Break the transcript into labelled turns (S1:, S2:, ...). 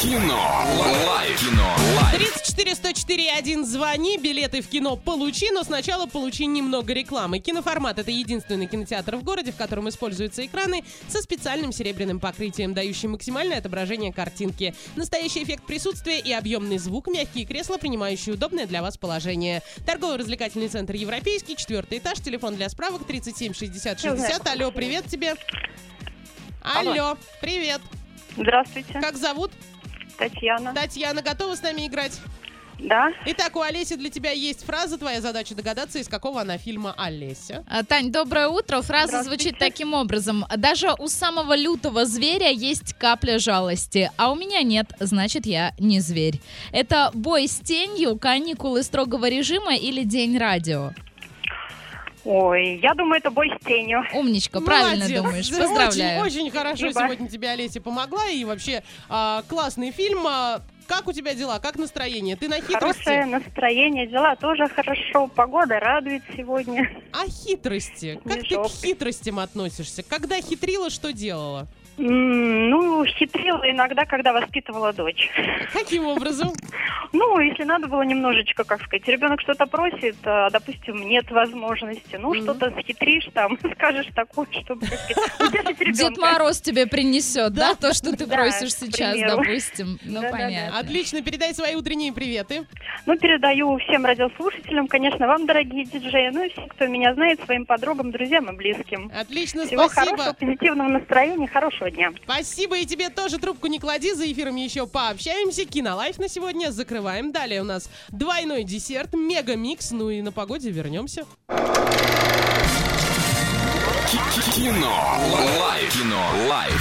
S1: Кино. Лайф. Кино. Лайф.
S2: 34 104 1 звони, билеты в кино получи, но сначала получи немного рекламы. Киноформат — это единственный кинотеатр в городе, в котором используются экраны со специальным серебряным покрытием, дающим максимальное отображение картинки. Настоящий эффект присутствия и объемный звук, мягкие кресла, принимающие удобное для вас положение. Торгово-развлекательный центр «Европейский», четвертый этаж, телефон для справок 37 60 60. Алло, привет тебе.
S3: Алло.
S2: Алло, привет.
S3: Здравствуйте,
S2: Как зовут?
S3: Татьяна.
S2: Татьяна, готова с нами играть?
S3: Да?
S2: Итак, у Олеси для тебя есть фраза. Твоя задача догадаться, из какого она фильма Олеся.
S4: А, Тань, доброе утро. Фраза
S3: Здравствуйте.
S4: звучит таким образом. Даже у самого лютого зверя есть капля жалости, а у меня нет, значит, я не зверь. Это бой с тенью, каникулы строгого режима или день радио.
S3: Ой, я думаю, это бой с тенью.
S4: Умничка, правильно
S2: Молодец.
S4: думаешь.
S2: Очень-
S4: Поздравляю.
S2: Очень, хорошо
S3: Спасибо.
S2: сегодня тебе Олеся помогла. И вообще, а, классный фильм. А, Как у тебя дела? Как настроение? Ты на хитрости?
S3: Хорошее настроение, дела тоже хорошо, погода радует сегодня.
S2: А хитрости? Как ты к
S3: Снежок.
S2: хитростям относишься? Когда хитрила, что делала?
S3: М, Ну, хитрила иногда, когда воспитывала дочь.
S2: Каким образом?
S3: Ну, если надо было немножечко, как сказать, ребенок что-то просит, а, допустим, нет возможности, ну,
S2: Мгм.
S3: что-то схитришь там, скажешь такое, чтобы как сказать, утешить
S4: Дед
S3: ребенка.
S4: Мороз тебе принесет, да, то, что ты
S3: Да,
S4: просишь
S3: к
S4: сейчас,
S3: примеру.
S4: допустим. Ну,
S3: Да-да-да.
S4: понятно.
S2: Отлично, передай свои утренние приветы.
S3: Ну, передаю всем радиослушателям, конечно, вам, дорогие диджеи, ну и все, кто меня знает, своим подругам, друзьям и близким.
S2: Отлично,
S3: Всего хорошего,
S2: спасибо.
S3: позитивного настроения, хорошего дня.
S2: Спасибо, и тебе тоже трубку не клади, за эфиром еще пообщаемся. Кинолайф на сегодня закрываем. Далее у нас двойной десерт, мега-микс, ну и на погоде вернемся.
S1: Кино. Лайф. Кино. Лайф.